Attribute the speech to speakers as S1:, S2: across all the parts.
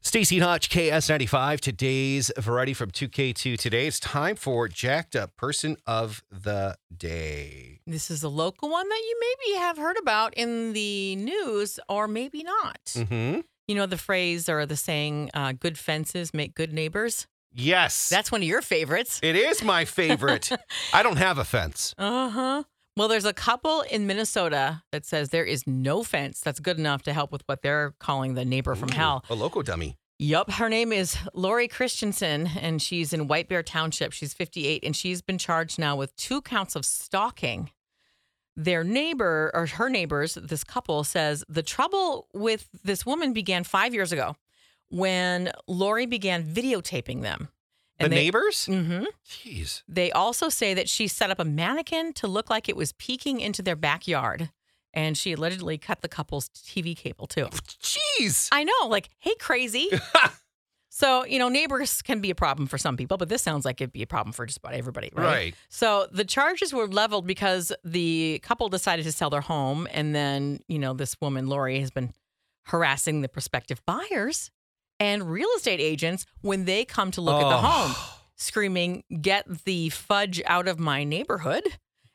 S1: Stacey Hodge, KS95, today's variety from 2K2. Today it's time for Jacked Up Person of the Day.
S2: This is a local one that you maybe have heard about in the news or maybe not.
S1: Mm-hmm.
S2: You know the phrase or the saying, uh, good fences make good neighbors?
S1: Yes.
S2: That's one of your favorites.
S1: it is my favorite. I don't have a fence.
S2: Uh huh. Well, there's a couple in Minnesota that says there is no fence that's good enough to help with what they're calling the neighbor from
S1: Ooh,
S2: hell.
S1: A loco dummy.
S2: Yup. Her name is Lori Christensen, and she's in White Bear Township. She's 58, and she's been charged now with two counts of stalking. Their neighbor, or her neighbors, this couple says the trouble with this woman began five years ago when Lori began videotaping them.
S1: The neighbors?
S2: Mm-hmm.
S1: Jeez.
S2: They also say that she set up a mannequin to look like it was peeking into their backyard. And she allegedly cut the couple's TV cable too.
S1: Jeez.
S2: I know, like, hey, crazy. so, you know, neighbors can be a problem for some people, but this sounds like it'd be a problem for just about everybody, right?
S1: Right.
S2: So the charges were leveled because the couple decided to sell their home. And then, you know, this woman, Lori, has been harassing the prospective buyers and real estate agents when they come to look at the
S1: Oh.
S2: home, screaming, Get the fudge out of my neighborhood.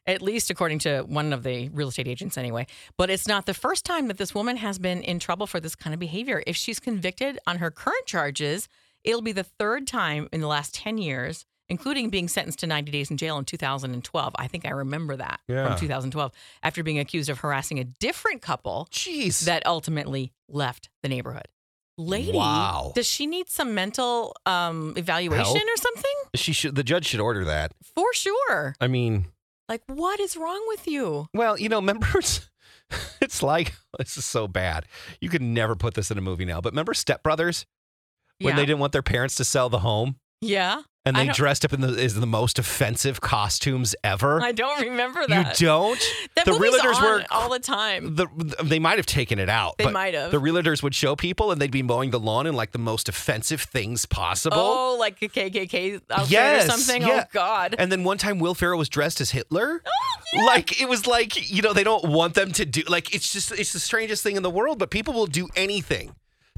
S2: At least according to one of the real estate agents, anyway. But it's not the first time that this woman has been in trouble for this kind of behavior. If she's convicted on her current charges, it'll be the third time in the last 10 years, including being sentenced to 90 days in jail in 2012. I think I remember that
S1: Yeah.
S2: from 2012 after being accused of harassing a different couple
S1: Jeez.
S2: that ultimately left the neighborhood. Lady,
S1: Wow.
S2: does she need some mental um, evaluation
S1: Help?
S2: or something?
S1: she should the judge should order that.
S2: For sure.
S1: I mean,
S2: Like, what is wrong with you?
S1: Well, you know, remember, it's- it's like this is so bad. You could never put this in a movie now. But remember Step Brothers when
S2: yeah.
S1: they didn't want their parents to sell the home
S2: yeah.
S1: and
S2: I
S1: they
S2: don't-
S1: dressed up in the is the most offensive costumes ever.
S2: I don't remember
S1: you
S2: that.
S1: don't.
S2: that
S1: the
S2: movie's
S1: realtors
S2: on
S1: were-
S2: all the time.
S1: The, they might have taken it out.
S2: They
S1: but
S2: might have.
S1: The realtors would show people and they'd be mowing the lawn in like the most offensive things possible.
S2: Oh, like a KKK outfit
S1: Yes,
S2: or something.
S1: yeah.
S2: Oh God.
S1: And then one time Will Ferrell was dressed as Hitler.
S2: Oh,
S1: Like it was like, you know, they don't want them to do like it's just it's the strangest thing in the world, but people will do anything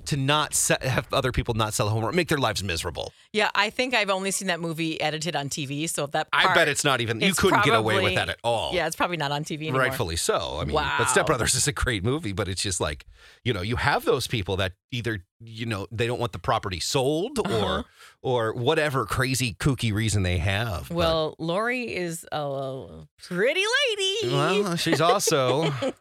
S1: to not se- have other people not sell a home or make their lives miserable.
S2: Yeah, I think I've only seen that movie edited on TV. So if that
S1: I
S2: part,
S1: bet it's not even you
S2: it's
S1: couldn't get away with
S2: probably-
S1: that at all.
S2: Yeah, it's probably not on TV anymore.
S1: Rightfully so. I mean, but
S2: Wow.
S1: Step Brothers is a great movie, but it's just like, you know, you have those people that either, you know, they don't want the property sold
S2: Uh-huh.
S1: or or whatever crazy kooky reason they have. but-
S2: Well, Lori is a pretty lady.
S1: Well, she's also